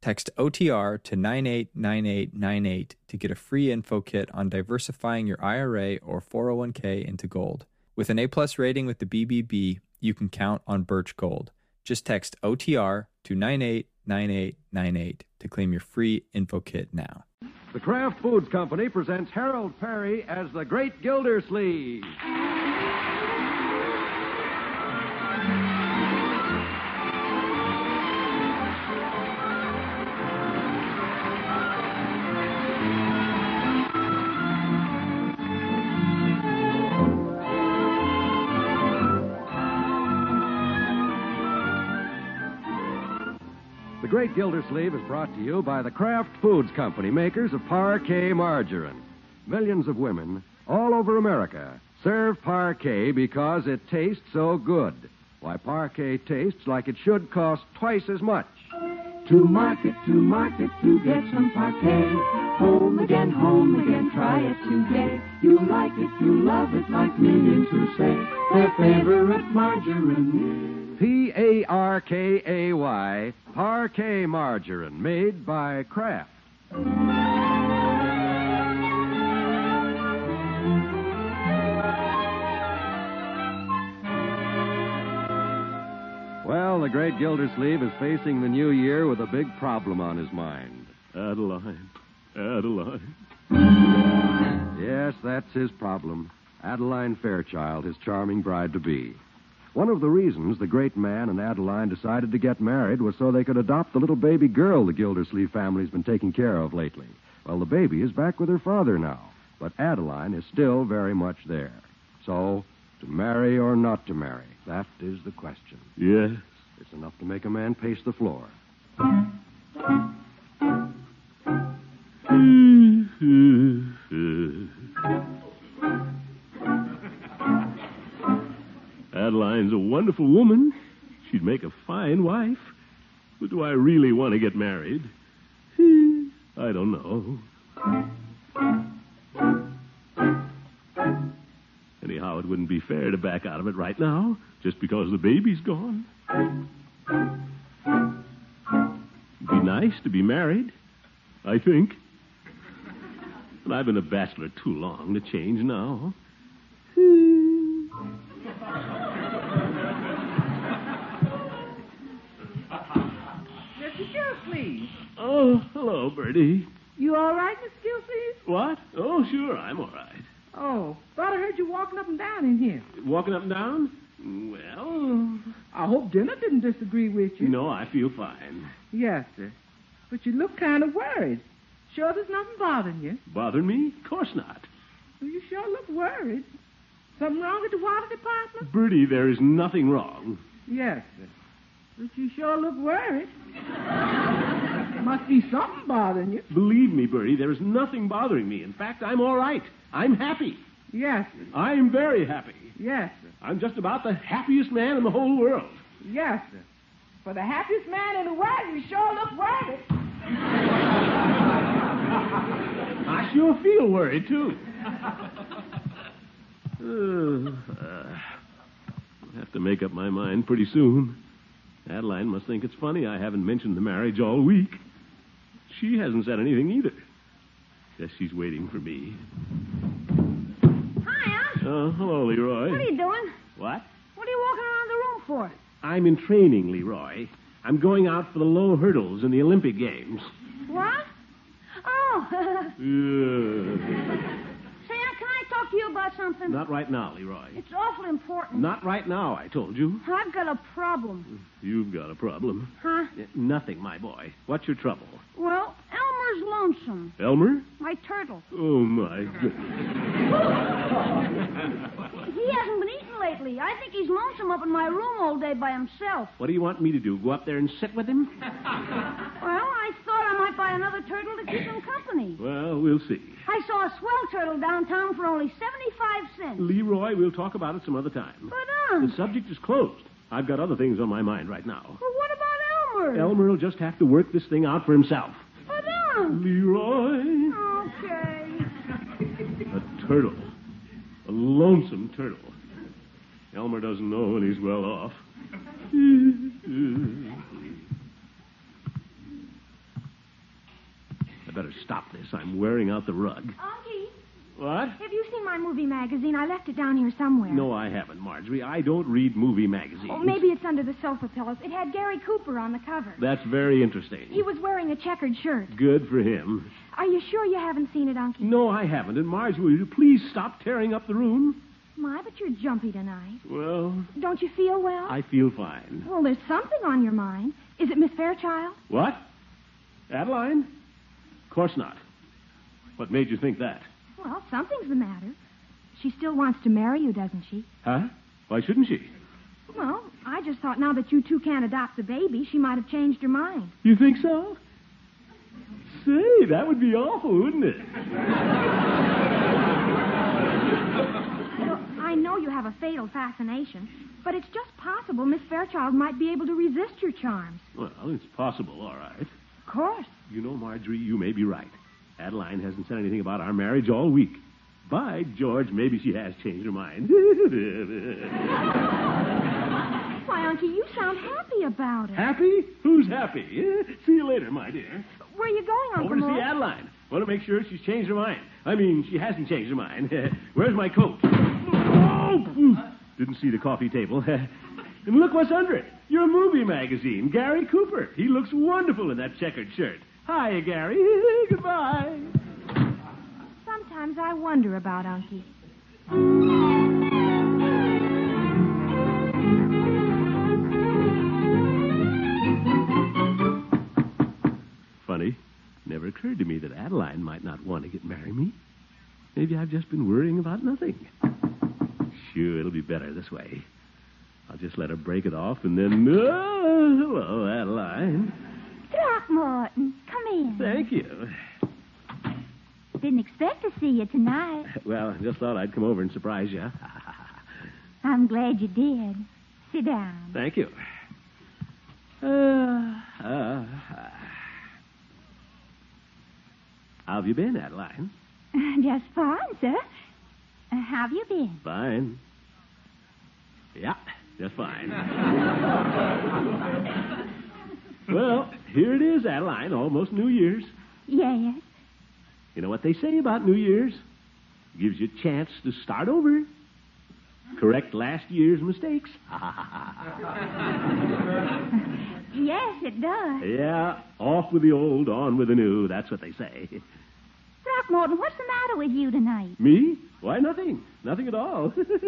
Text OTR to 989898 to get a free info kit on diversifying your IRA or 401k into gold. With an A plus rating with the BBB, you can count on Birch Gold. Just text OTR to 989898 to claim your free info kit now. The Kraft Foods Company presents Harold Perry as the Great Gildersleeve. The Great Gildersleeve is brought to you by the Kraft Foods Company, makers of Parquet Margarine. Millions of women all over America serve Parquet because it tastes so good. Why, Parquet tastes like it should cost twice as much. To market, to market, to get some parquet. Home again, home again, try it today. You like it, you love it, like millions who say their favorite margarine. P A R K A Y, Parquet Margarine, made by Kraft. Well, the great Gildersleeve is facing the new year with a big problem on his mind. Adeline. Adeline. Yes, that's his problem. Adeline Fairchild, his charming bride to be. One of the reasons the great man and Adeline decided to get married was so they could adopt the little baby girl the Gildersleeve family's been taking care of lately. Well, the baby is back with her father now, but Adeline is still very much there. So, to marry or not to marry, that is the question. Yes. It's enough to make a man pace the floor. Uh, Adeline's a wonderful woman. She'd make a fine wife. But do I really want to get married? Eh, I don't know. Anyhow, it wouldn't be fair to back out of it right now, just because the baby's gone. It'd be nice to be married, I think. But I've been a bachelor too long to change now. Eh. Mr. Gilsleeve. Oh, hello, Bertie. You all right, Mr. Gilsleeve? What? Oh, sure, I'm all right. Oh, thought I heard you walking up and down in here. Oh, Walking up and down? Well, I hope dinner didn't disagree with you. you know, I feel fine. Yes, sir. But you look kind of worried. Sure there's nothing bothering you? Bother me? Of course not. Well, You sure look worried. Something wrong at the water department? Bertie, there is nothing wrong. Yes, sir. But you sure look worried. Must be something bothering you. Believe me, Bertie, there is nothing bothering me. In fact, I'm all right. I'm happy. Yes, sir. I'm very happy. Yes, sir. I'm just about the happiest man in the whole world. Yes, sir. For the happiest man in the world, you sure look worried. I sure feel worried, too. Uh, uh, I'll have to make up my mind pretty soon. Adeline must think it's funny I haven't mentioned the marriage all week. She hasn't said anything either. Guess she's waiting for me. Hiya. Oh, hello, Leroy. What are you doing? What? What are you walking around the room for? I'm in training, Leroy. I'm going out for the low hurdles in the Olympic Games. What? Oh. Say, I can I talk to you about something? Uh, Not right now, Leroy. It's awful important. Not right now, I told you. I've got a problem. You've got a problem. Huh? Uh, Nothing, my boy. What's your trouble? Well, Elmer's lonesome. Elmer? My turtle. Oh, my goodness. He hasn't been eating lately. I think he's lonesome up in my room all day by himself. What do you want me to do? Go up there and sit with him? Well, I thought keep him company. Well, we'll see. I saw a swell turtle downtown for only 75 cents. Leroy, we'll talk about it some other time. But, um, The subject is closed. I've got other things on my mind right now. but what about Elmer? Elmer will just have to work this thing out for himself. But, um, Leroy, okay. a turtle. A lonesome turtle. Elmer doesn't know when he's well off. I better stop this. I'm wearing out the rug. Unky, What? have you seen my movie magazine? I left it down here somewhere. No, I haven't, Marjorie. I don't read movie magazines. Oh, maybe it's under the sofa pillows. It had Gary Cooper on the cover. That's very interesting. He was wearing a checkered shirt. Good for him. Are you sure you haven't seen it, Unky? No, I haven't. And Marge, will you please stop tearing up the room? My, but you're jumpy tonight. Well, Don't you feel well? I feel fine. Well, there's something on your mind. Is it Miss Fairchild? What? Adeline? Of course not. What made you think that? Well, something's the matter. She still wants to marry you, doesn't she? Huh? Why shouldn't she? Well, I just thought now that you two can't adopt the baby, she might have changed her mind. You think so? Say, that would be awful, wouldn't it? Well, I know you have a fatal fascination, but it's just possible Miss Fairchild might be able to resist your charms. Well, it's possible, all right. Of course. You know, Marjorie, you may be right. Adeline hasn't said anything about our marriage all week. By George, maybe she has changed her mind. Why, Unky, you sound happy about it. happy? Who's happy? Eh? See you later, my dear. Where are you going, Uncle Over to see Mort? Adeline. Want to make sure she's changed her mind. I mean, she hasn't changed her mind. Where's my coat? Oh! Didn't see the coffee table. and look what's under it. Your movie magazine, Gary Cooper. He looks wonderful in that checkered shirt. Hi, Gary. Goodbye. Sometimes I wonder about Unky. Funny. Never occurred to me that Adeline might not want to get marry me. Maybe I've just been worrying about nothing. Sure, it'll be better this way. I'll just let her break it off and then. Oh, hello, Adeline. Throckmorton, come in. Thank you. Didn't expect to see you tonight. Well, I just thought I'd come over and surprise you. I'm glad you did. Sit down. Thank you. Uh, uh, how have you been, Adeline? Just fine, sir. Uh, How have you been? Fine. Yeah, just fine. well, here it is, Adeline, almost New Year's. Yes. You know what they say about New Year's? Gives you a chance to start over. Correct last year's mistakes. Yes, it does. yeah, off with the old, on with the new. That's what they say. Throckmorton, what's the matter with you tonight? Me? Why, nothing. Nothing at all.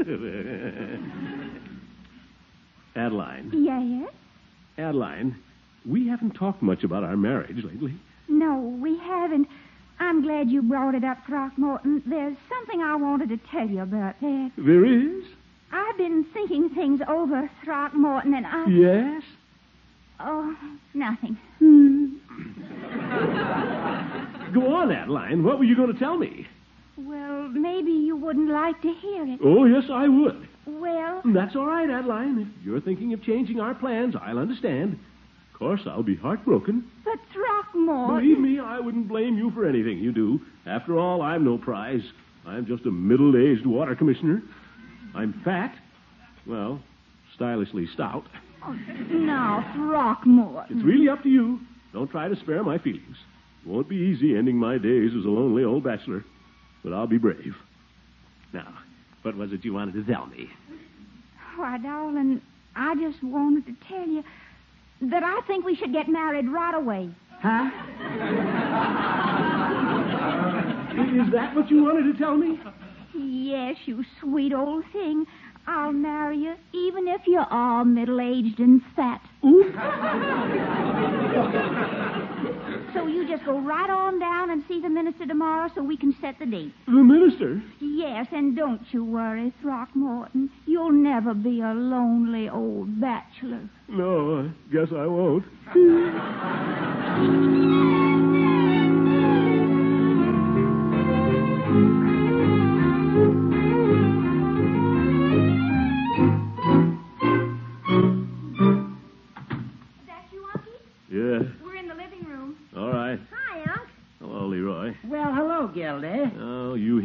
Adeline, Yes. Adeline, we haven't talked much about our marriage lately. No, we haven't. I'm glad you brought it up, Throckmorton. There's something I wanted to tell you about that. There is? I've been thinking things over, Throckmorton, and I. Yes? Oh, nothing. Go on, Adeline. What were you going to tell me? Well, maybe you wouldn't like to hear it. Oh, yes, I would. Well, That's all right, Adeline. If you're thinking of changing our plans, I'll understand. Of course, I'll be heartbroken. but Throckmorton. Believe me, I wouldn't blame you for anything you do. After all, I'm no prize. I'm just a middle aged water commissioner. I'm fat. Well, stylishly stout. Oh, No, Throckmorton. It's really up to you. Don't try to spare my feelings. Won't be easy ending my days as a lonely old bachelor, but I'll be brave. Now, what was it you wanted to tell me? Why, darling, I just wanted to tell you that I think we should get married right away. Huh? Is that what you wanted to tell me? Yes, you sweet old thing. I'll marry you, even if you're all middle aged and fat. so you just go right on down and see the minister tomorrow so we can set the date. The minister. Yes, and don't you worry, Throckmorton. You'll never be a lonely old bachelor. Hmm. No, I guess I won't.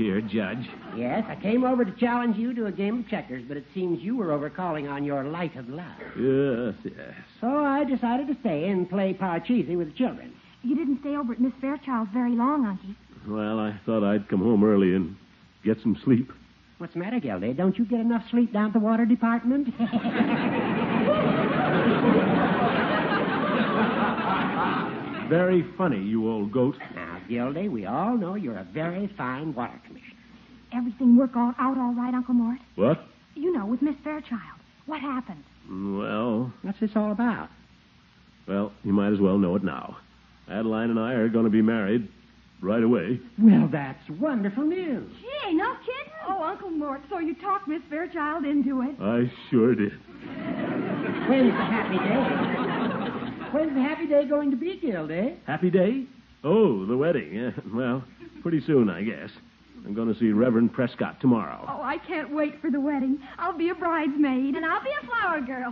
Oh, Judge. Yes, I came over to challenge you to a game of checkers, but it seems you were over calling on your light of love. Yes, yes. So I decided to stay and play parcheesi with the children. You didn't stay over at Miss Fairchild's very long, Unky. Well, I thought I'd come home early and get some sleep. What's the matter, Gildy? Don't you get enough sleep down at the water department? Very funny, you old goat. now, Gildy, we all know you're a very fine water commissioner. Everything work all, out all right, Uncle Mort? What? You know, with Miss Fairchild. What happened? Well, What's this all about? well, you might as well know it now. Adeline and I are going to be married right away. Well, that's wonderful news. Gee, no kidding. Oh, Uncle Mort, so you talked Miss Fairchild into it. I sure did. When's the happy day? When's the happy day going to be, Gildy? Happy day? Oh, the wedding. Yeah, well, pretty soon, I guess. I'm going to see Reverend Prescott tomorrow. Oh, I can't wait for the wedding. I'll be a bridesmaid. And I'll be a flower girl.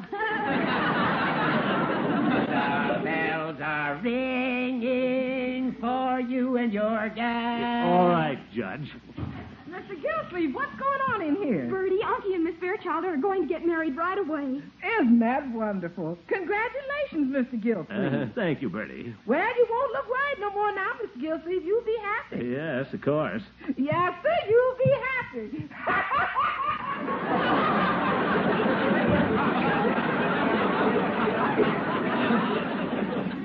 The bells are ringing for you and your guest. All right, Judge. Mr. Gilsleeve, what's going on in here? Bertie, Unky, and Miss Fairchild are going to get married right away. Isn't that wonderful? Congratulations, Mr. Uh, Gilsleeve. thank you, Bertie. Well, you won't look worried no more now, Mr. Gilsleeve. You'll be happy. Yes, of course. Yes, sir, you'll be happy.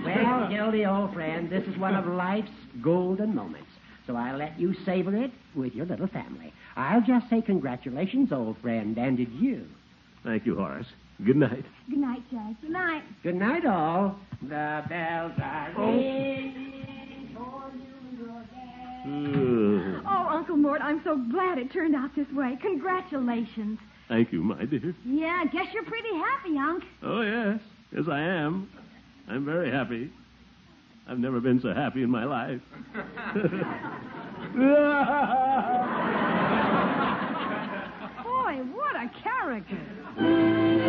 Well, Gildy, old friend, this is one of life's golden moments. So I'll let you savor it with your little family. I'll just say congratulations, old friend, and to you. Thank you, Horace. Good night. Good night, Judge. Good night. Good night, all. The bells are Oh. ringing for you and your guest. Uh, Oh, Uncle Mort, I'm so glad it turned out this way. Congratulations. thank you, my dear. Yeah, I guess you're pretty happy, Unc. Oh, yes. Yes, I am. I'm very happy. I've never been so happy in my life. Boy, what a character.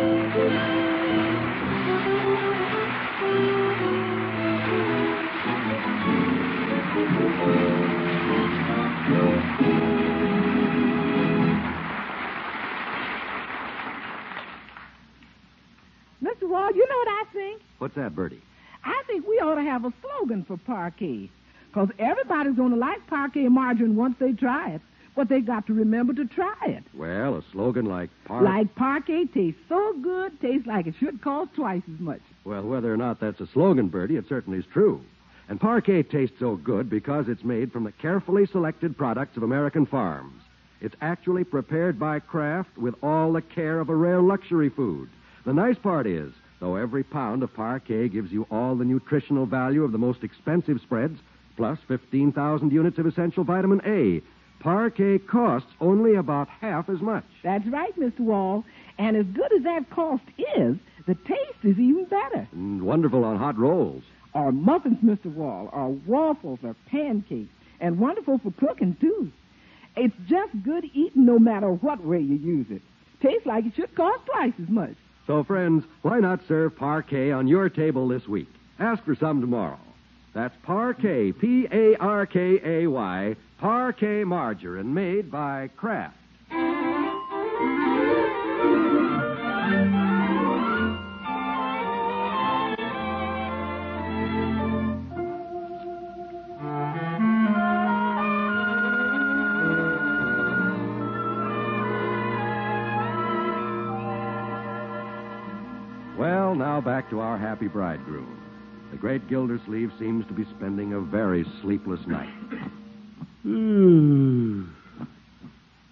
Mr. Wall, you know what I think? What's that, Bertie? I think we ought to have a slogan for parquet. Because everybody's going to like parquet margarine once they try it. But they got to remember to try it. Well, a slogan like par. Like parquet tastes so good, tastes like it should cost twice as much. Well, whether or not that's a slogan, Bertie, it certainly is true. And parquet tastes so good because it's made from the carefully selected products of American farms. It's actually prepared by Kraft with all the care of a rare luxury food. The nice part is, though every pound of parquet gives you all the nutritional value of the most expensive spreads, plus 15,000 units of essential vitamin A, parquet costs only about half as much. That's right, Mr. Wall. And as good as that cost is, the taste is even better. And wonderful on hot rolls. Or muffins, Mr. Wall, or waffles, or pancakes. And wonderful for cooking, too. It's just good eating no matter what way you use it. Tastes like it should cost twice as much. So, friends, why not serve parquet on your table this week? Ask for some tomorrow. That's parquet, P A R K A Y, parquet margarine made by Kraft. Well, now back to our happy bridegroom. The great Gildersleeve seems to be spending a very sleepless night.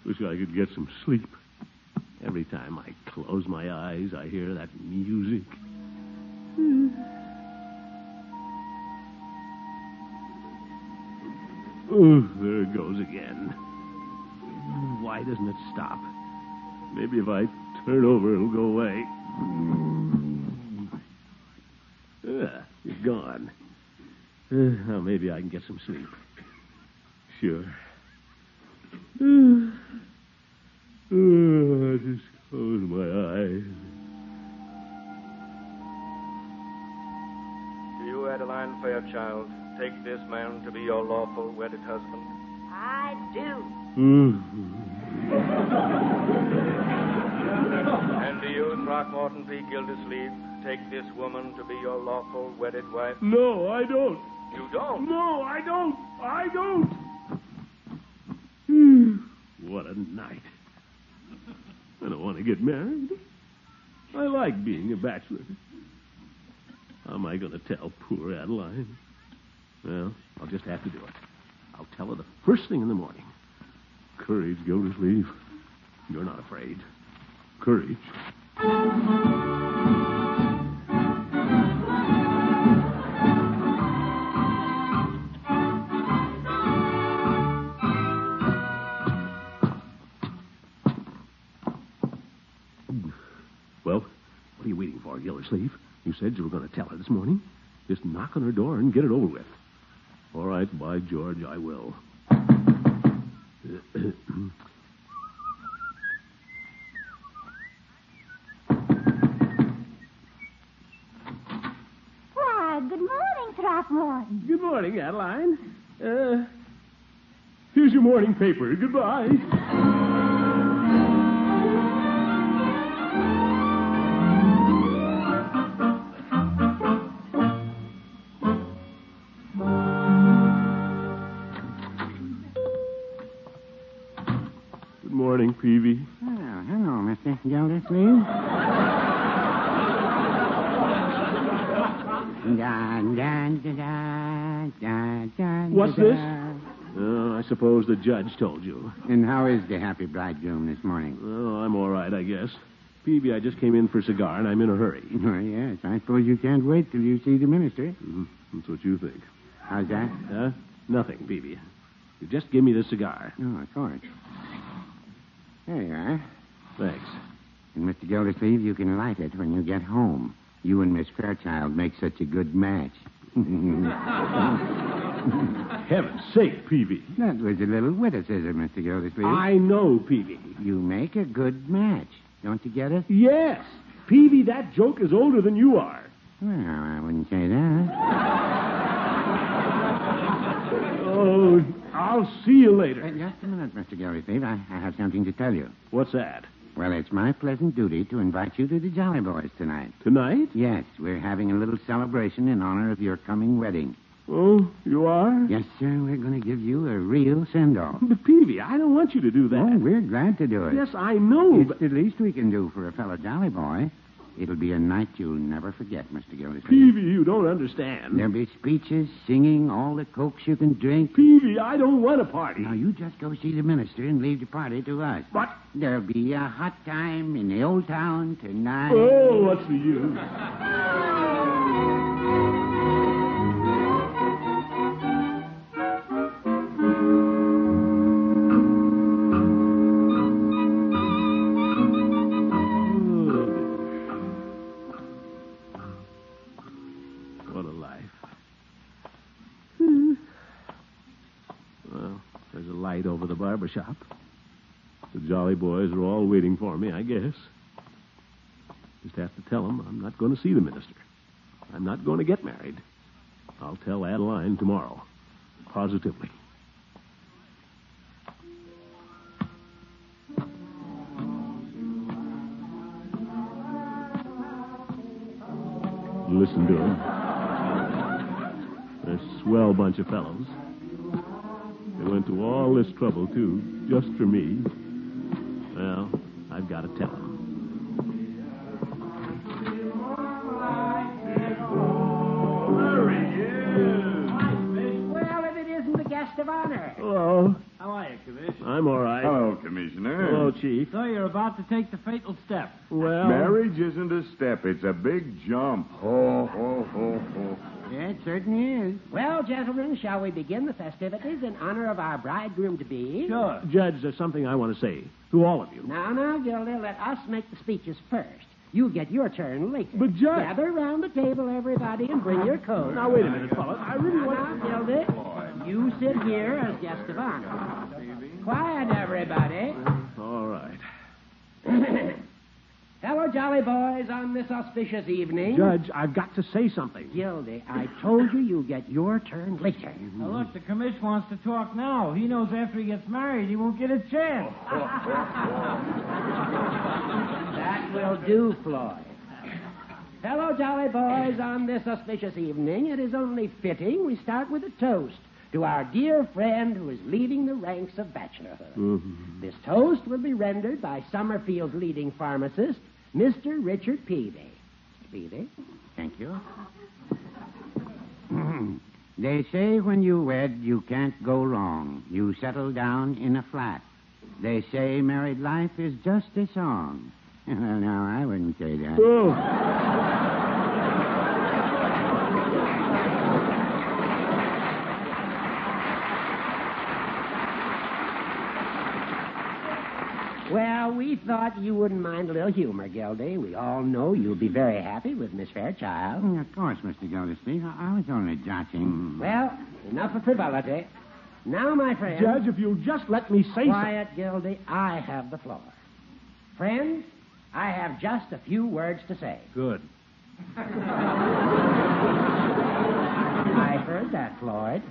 Wish I could get some sleep. Every time I close my eyes, I hear that music. Hmm. Oh, there it goes again. Why doesn't it stop? Maybe if I turn over, it'll go away. Ah, it's gone. Uh, now maybe I can get some sleep. Sure. Hmm. Oh, I just close my eyes. To you, Adeline Fairchild, take this man to be your lawful wedded husband. I do. And do you, Throckmorton P. Gildersleeve, take this woman to be your lawful wedded wife? No, I don't. You don't. No, I don't. I don't. Hmm. what a night. I don't want to get married. I like being a bachelor. How am I going to tell poor Adeline? Well, I'll just have to do it. I'll tell her the first thing in the morning. Courage, Gildersleeve. You're not afraid. Courage. Well, what are you waiting for, Gildersleeve? You said you were going to tell her this morning. Just knock on her door and get it over with. All right, by George, I will. Why, good morning, Throckmorton. Good morning, Adeline. Uh, here's your morning paper. Goodbye. Good morning, Peavy. Oh, hello, Mr. Gildersleeve. da, da, da, da, da, da, What's da, this? da. Oh, I suppose the judge told you. And how is the happy bridegroom this morning? Oh, I'm all right, I guess. Peavy, I just came in for a cigar, and I'm in a hurry. Well, yes, I suppose you can't wait till you see the minister. That's what you think. How's that? Huh? Nothing, Peavy. You just give me the cigar. Oh, of course. There you are. Thanks. And, Mr. Gildersleeve, you can light it when you get home. You and Miss Fairchild make such a good match. that Heaven's sake, Peavy. was a little witticism, Mr. Gildersleeve. I know, Peavy. You make a good match. Don't you get it? Yes. Peavy, that joke is older than you are. Well, I wouldn't say that. Oh, I'll see you Uh, later. just a minute, Mr. Gildersleeve. I, I have something to tell you. What's that? Well, it's my pleasant duty to invite you to the Jolly Boys tonight. Tonight? Yes, we're having a little celebration in honor of your coming wedding. Oh, you are? Yes, sir, we're going to give you a real send-off. But, Peavy, I don't want you to do Oh, that. we're glad to do it. yes, I know, It's but... the least we can do for a fellow jolly boy. It'll be a night you'll never forget, Mr. Gildersleeve. Peavy, you don't understand. There'll be speeches, singing, all the cokes you can drink. Peavy, I don't want a party. Now, you just go see the minister and leave the party to us. But... There'll be a hot time in the old town tonight. Oh, what's the use? What a life. Well, there's a light over the barber shop. The Jolly Boys are all waiting for me, I guess. Just have to tell them I'm not going to see the minister. I'm not going to get married. I'll tell Adeline tomorrow. Positively. Listen to them. They're a swell bunch of fellows. They went to all this trouble, too, just for me. Well, I've got to tell them. Well, if it isn't the guest of honor. Hello. How are you, Commissioner? I'm all right. Hello, Commissioner. Hello, Chief. So Oh, you're about to take the fatal step. Well, Marriage isn't a step, it's a big jump. Ho, ho, ho, ho. Yeah, it certainly is. Well, gentlemen, shall we begin the festivities in honor of our bridegroom to be? Sure. Uh, Judge, there's something I want to say to all of you. Now, now, Gildy, let us make the speeches first. You get your turn later. But, Judge- Gather around the table, everybody, and bring your coat. Now, wait a minute, fellas. I really want Now, Gildy, you sit here as guest of honor. Quiet, everybody. All right. Hello, jolly boys, on this auspicious evening. Judge, I've got to say something. Gildy, I told you you get your turn later. Now, Mm-hmm. look, the commish wants to talk now. He knows after he gets married, he won't get a chance. That will do, Floyd. Hello, jolly boys, on this auspicious evening, it is only fitting we start with a toast to our dear friend who is leaving the ranks of bachelorhood. Mm-hmm. This toast will be rendered by Summerfield's leading pharmacist, Mr. Richard Peavy. Mr. Peavy? Thank you. they say when you wed, you can't go wrong. You settle down in a flat. They say married life is just a song. Well, now, I wouldn't say that. Oh. Well, we thought you wouldn't mind a little humor, Gildy. We all know you'll be very happy with Miss Fairchild. Oh, of course, Mr. Gildersleeve. I, I was only jotting. Well, enough of frivolity. Now, my friend. Judge, if you'll just let me say something. Quiet, Gildy. I have the floor. Friends, I have just a few words to say. Good. I heard that, Floyd.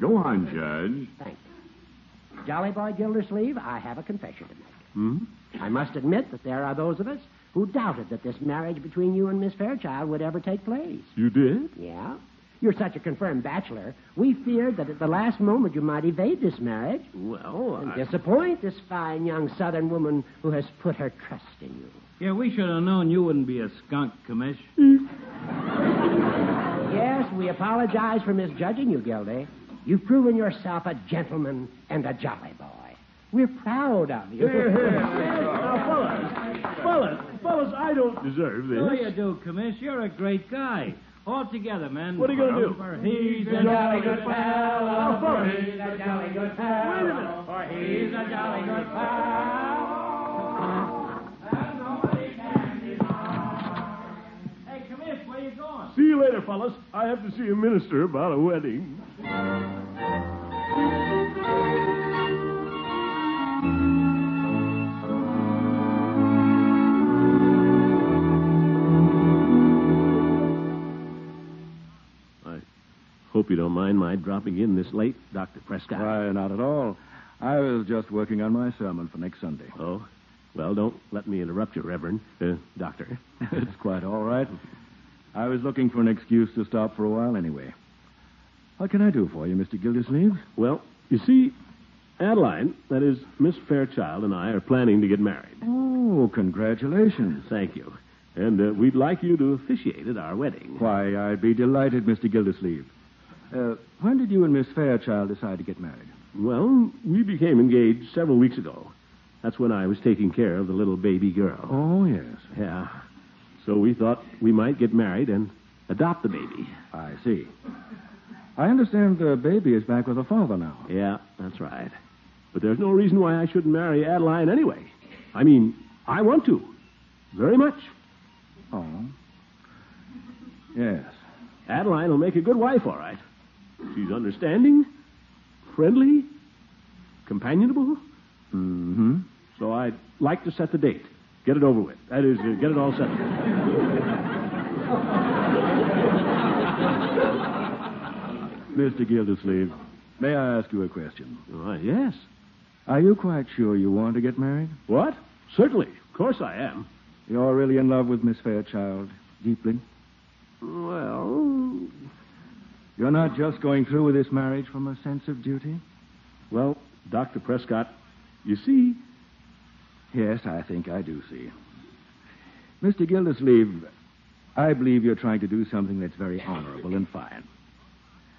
Go on, Judge. Thank you. Jolly Boy Gildersleeve, I have a confession to make. Hmm? I must admit that there are those of us who doubted that this marriage between you and Miss Fairchild would ever take place. You did? Yeah? You're such a confirmed bachelor, we feared that at the last moment you might evade this marriage. Well, and disappoint this fine young Southern woman who has put her trust in you. Yeah, we should have known you wouldn't be a skunk, commish. Yes, we apologize for misjudging you, Gildy. You've proven yourself a gentleman and a jolly boy. We're proud of you. fellas, fellas, I don't deserve No, you do, commish. You're a great guy. All together, man. What are you gonna do? For he's He's a a jolly jolly good good fellow. fellow, for For he's he's a jolly good fellow. Wait a minute. For he's a jolly good Hey, commish, where you going? See you later, fellas. I have to see a minister about a wedding. Hope you don't mind my dropping in this late, Dr. Prescott. Why, not at all. I was just working on my sermon for next Sunday. Oh, well, don't let me interrupt you, Reverend. Uh, doctor. it's quite all right. I was looking for an excuse to stop for a while anyway. What can I do for you, Mr. Gildersleeve? Well, you see, Adeline, that is, Miss Fairchild and I are planning to get married. Oh, congratulations. Thank you. And uh, we'd like you to officiate at our wedding. Why, I'd be delighted, Mr. Gildersleeve. Uh, when did you and Miss Fairchild decide to get married? Well, we became engaged several weeks ago. That's when I was taking care of the little baby girl. Oh, yes. Yeah. So we thought we might get married and adopt the baby. I see. I understand the baby is back with her father now. Yeah, that's right. But there's no reason why I shouldn't marry Adeline anyway. I mean, I want to. Very much. Oh. Yes. Adeline will make a good wife, all right. She's understanding, friendly, companionable. Mm-hmm. So I'd like to set the date. Get it over with. That is, uh, get it all settled. Mr. Gildersleeve, may I ask you a question? Why, yes. Are you quite sure you want to get married? What? Certainly. Of course I am. You're really in love with Miss Fairchild, deeply? Well, You're not just going through with this marriage from a sense of duty? well, Dr. Prescott, you see, Yes, I think I do see. Mr. Gildersleeve, I believe you're trying to do something that's very honorable and fine.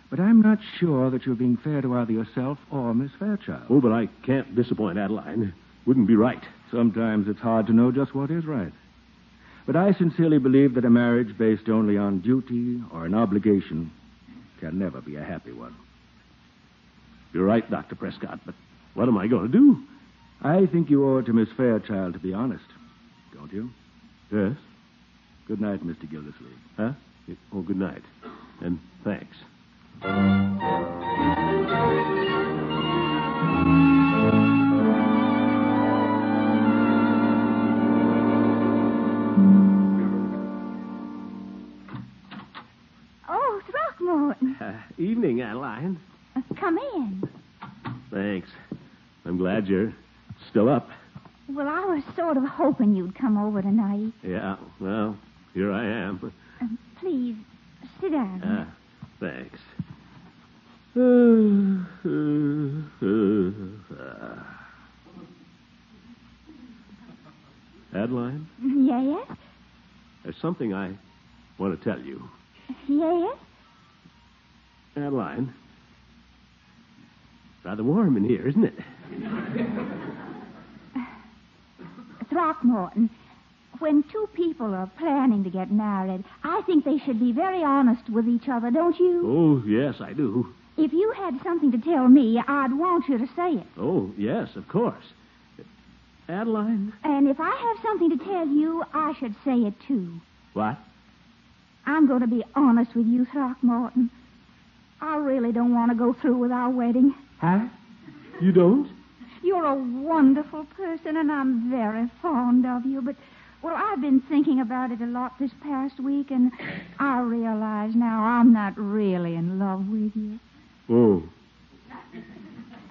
But I'm not sure that you're being fair to either yourself or Miss Fairchild. oh, but I can't disappoint Adeline. Wouldn't be right. Sometimes it's hard to know just what is right. But I sincerely believe that a marriage based only on duty or an obligation can never be a happy one. You're right, Dr. Prescott, but what am I going to do? I think you owe it to Miss Fairchild to be honest, don't you? Yes. Good night, Mr. Gildersleeve. Huh? Oh, good night. And thanks. Uh, evening, Adeline. Come in. Thanks. I'm glad you're still up. Well, I was sort of hoping you'd come over tonight. Yeah, well, here I am. Um, please, sit down. Uh, thanks. Adeline? Yes? There's something I want to tell you. Yes? Adeline. Rather warm in here, isn't it? Throckmorton, when two people are planning to get married, I think they should be very honest with each other, don't you? Oh, yes, I do. If you had something to tell me, I'd want you to say it. Oh, yes, of course. Adeline? And if I have something to tell you, I should say it too. What? I'm going to be honest with you, Throckmorton. I really don't want to go through with our wedding. Huh? You don't? You're a wonderful person, and I'm very fond of you. But, well, I've been thinking about it a lot this past week, and I realize now I'm not really in love with you. Oh,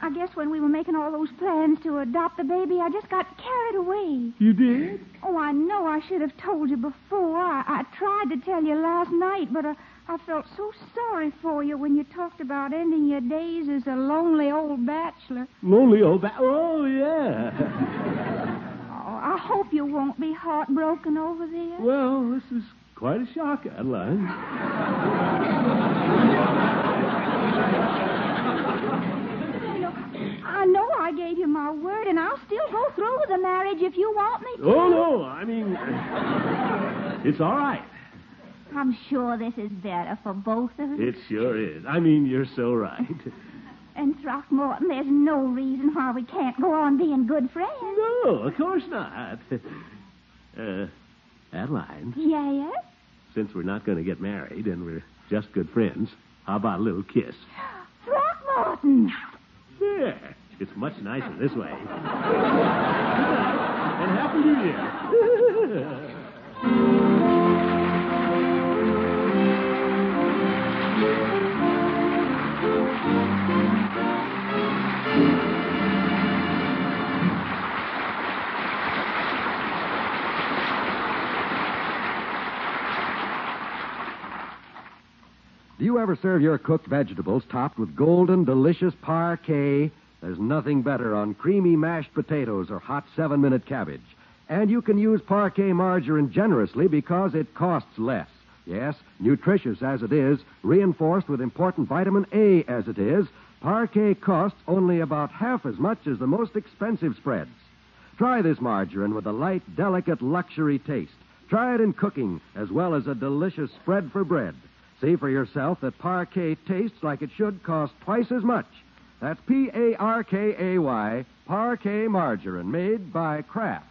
I guess when we were making all those plans to adopt the baby, I just got carried away. you did? Oh, I know I should have told you before. I, I tried to tell you last night, but uh, I felt so sorry for you when you talked about ending your days as a lonely old bachelor. Lonely old ba- Oh, yeah. Oh, I hope you won't be heartbroken over this. well, this is quite a shock, Adeline. You know, I know I gave you my word, and I'll still go through with the marriage if you want me to. Oh, no, I mean, it's all right. I'm sure this is better for both of us. It sure is. I mean, you're so right. And Throckmorton, there's no reason why we can't go on being good friends. No, of course not. Uh, Adeline, Yes? since we're not going to get married and we're just good friends, how about a little kiss? Throckmorton! There. It's much nicer this way. And happy New Year. Do you ever serve your cooked vegetables topped with golden, delicious parquet? There's nothing better on creamy mashed potatoes or hot seven minute cabbage. And you can use parquet margarine generously because it costs less. Yes, nutritious as it is, reinforced with important vitamin A as it is, parquet costs only about half as much as the most expensive spreads. Try this margarine with a light, delicate luxury taste. Try it in cooking as well as a delicious spread for bread. See for yourself that parquet tastes like it should cost twice as much. That's P A R K A Y, parquet margarine, made by Kraft.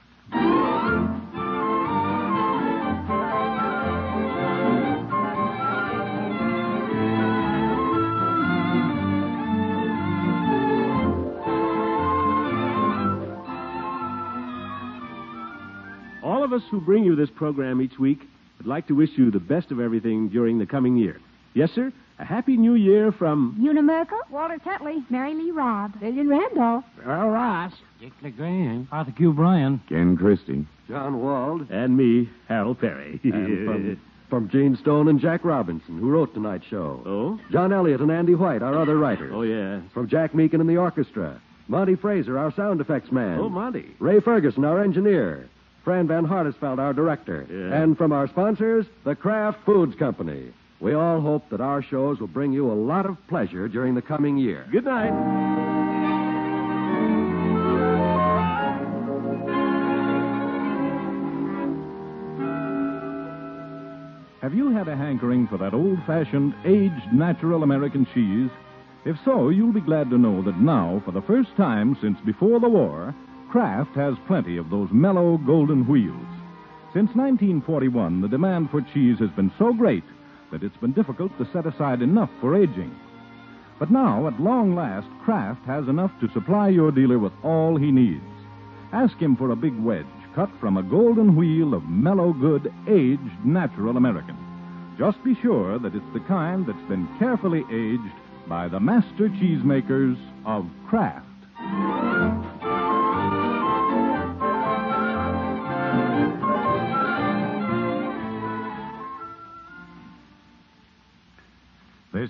All of us who bring you this program each week would like to wish you the best of everything during the coming year. Yes, sir? A happy new year from. Una Merkel, Walter Tetley, Mary Lee Robb, Lillian Randolph, Earl Ross. Dick LeGrand. Arthur Q. Bryan. Ken Christie. John Wald. And me, Harold Perry. And from, from Gene Stone and Jack Robinson, who wrote tonight's show. Oh? John Elliott and Andy White, our other writers. Oh, yeah. From Jack Meakin and the orchestra. Monty Fraser, our sound effects man. Oh, Monty. Ray Ferguson, our engineer. Fran Van Hartisfeld, our director. Yeah. And from our sponsors, the Kraft Foods Company. We all hope that our shows will bring you a lot of pleasure during the coming year. Good night. Have you had a hankering for that old fashioned, aged, natural American cheese? If so, you'll be glad to know that now, for the first time since before the war, Kraft has plenty of those mellow golden wheels. Since 1941, the demand for cheese has been so great that it's been difficult to set aside enough for aging. But now, at long last, Kraft has enough to supply your dealer with all he needs. Ask him for a big wedge cut from a golden wheel of mellow good, aged, natural American. Just be sure that it's the kind that's been carefully aged by the master cheesemakers of Kraft. This